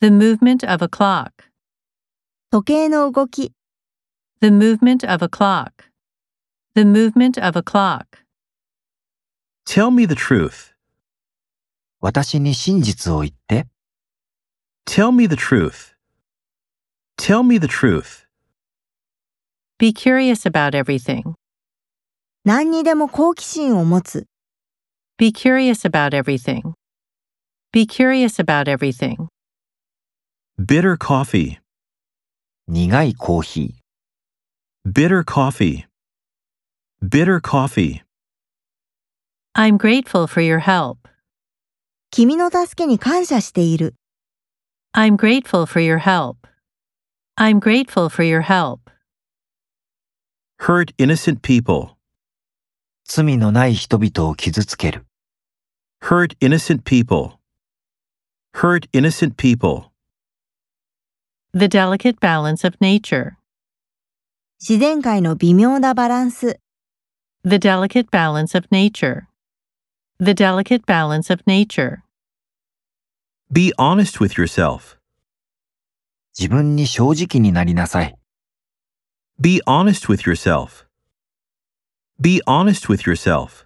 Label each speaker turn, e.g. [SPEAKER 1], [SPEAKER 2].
[SPEAKER 1] The movement of a clock.
[SPEAKER 2] 時計の動き、
[SPEAKER 1] The movement of a clock. The movement of a clock.
[SPEAKER 3] Tell me the truth.
[SPEAKER 4] 私に真実を言って。
[SPEAKER 3] Tell me the truth. Tell me the truth.
[SPEAKER 1] Be curious about everything.
[SPEAKER 2] 何にでも好奇心を持つ。
[SPEAKER 1] Be curious about everything. Be curious about everything.
[SPEAKER 3] Bitter coffee.
[SPEAKER 4] 苦いコーヒ
[SPEAKER 3] Bitter coffee. Bitter coffee.
[SPEAKER 1] I'm grateful for your help.
[SPEAKER 2] 君の助けに感謝している。
[SPEAKER 1] I'm grateful for your help. I'm grateful for your help.
[SPEAKER 3] Hurt innocent people.
[SPEAKER 4] ー。罪のない人々を傷つける。
[SPEAKER 3] Hurt innocent people. Hurt innocent people.
[SPEAKER 1] The delicate balance of nature.
[SPEAKER 2] 自然界の微妙なバランス。
[SPEAKER 1] The delicate balance of nature. The delicate balance of nature.
[SPEAKER 3] Be honest with yourself.
[SPEAKER 4] 自分に正直になりなさい。
[SPEAKER 3] Be honest with yourself. Be honest with yourself.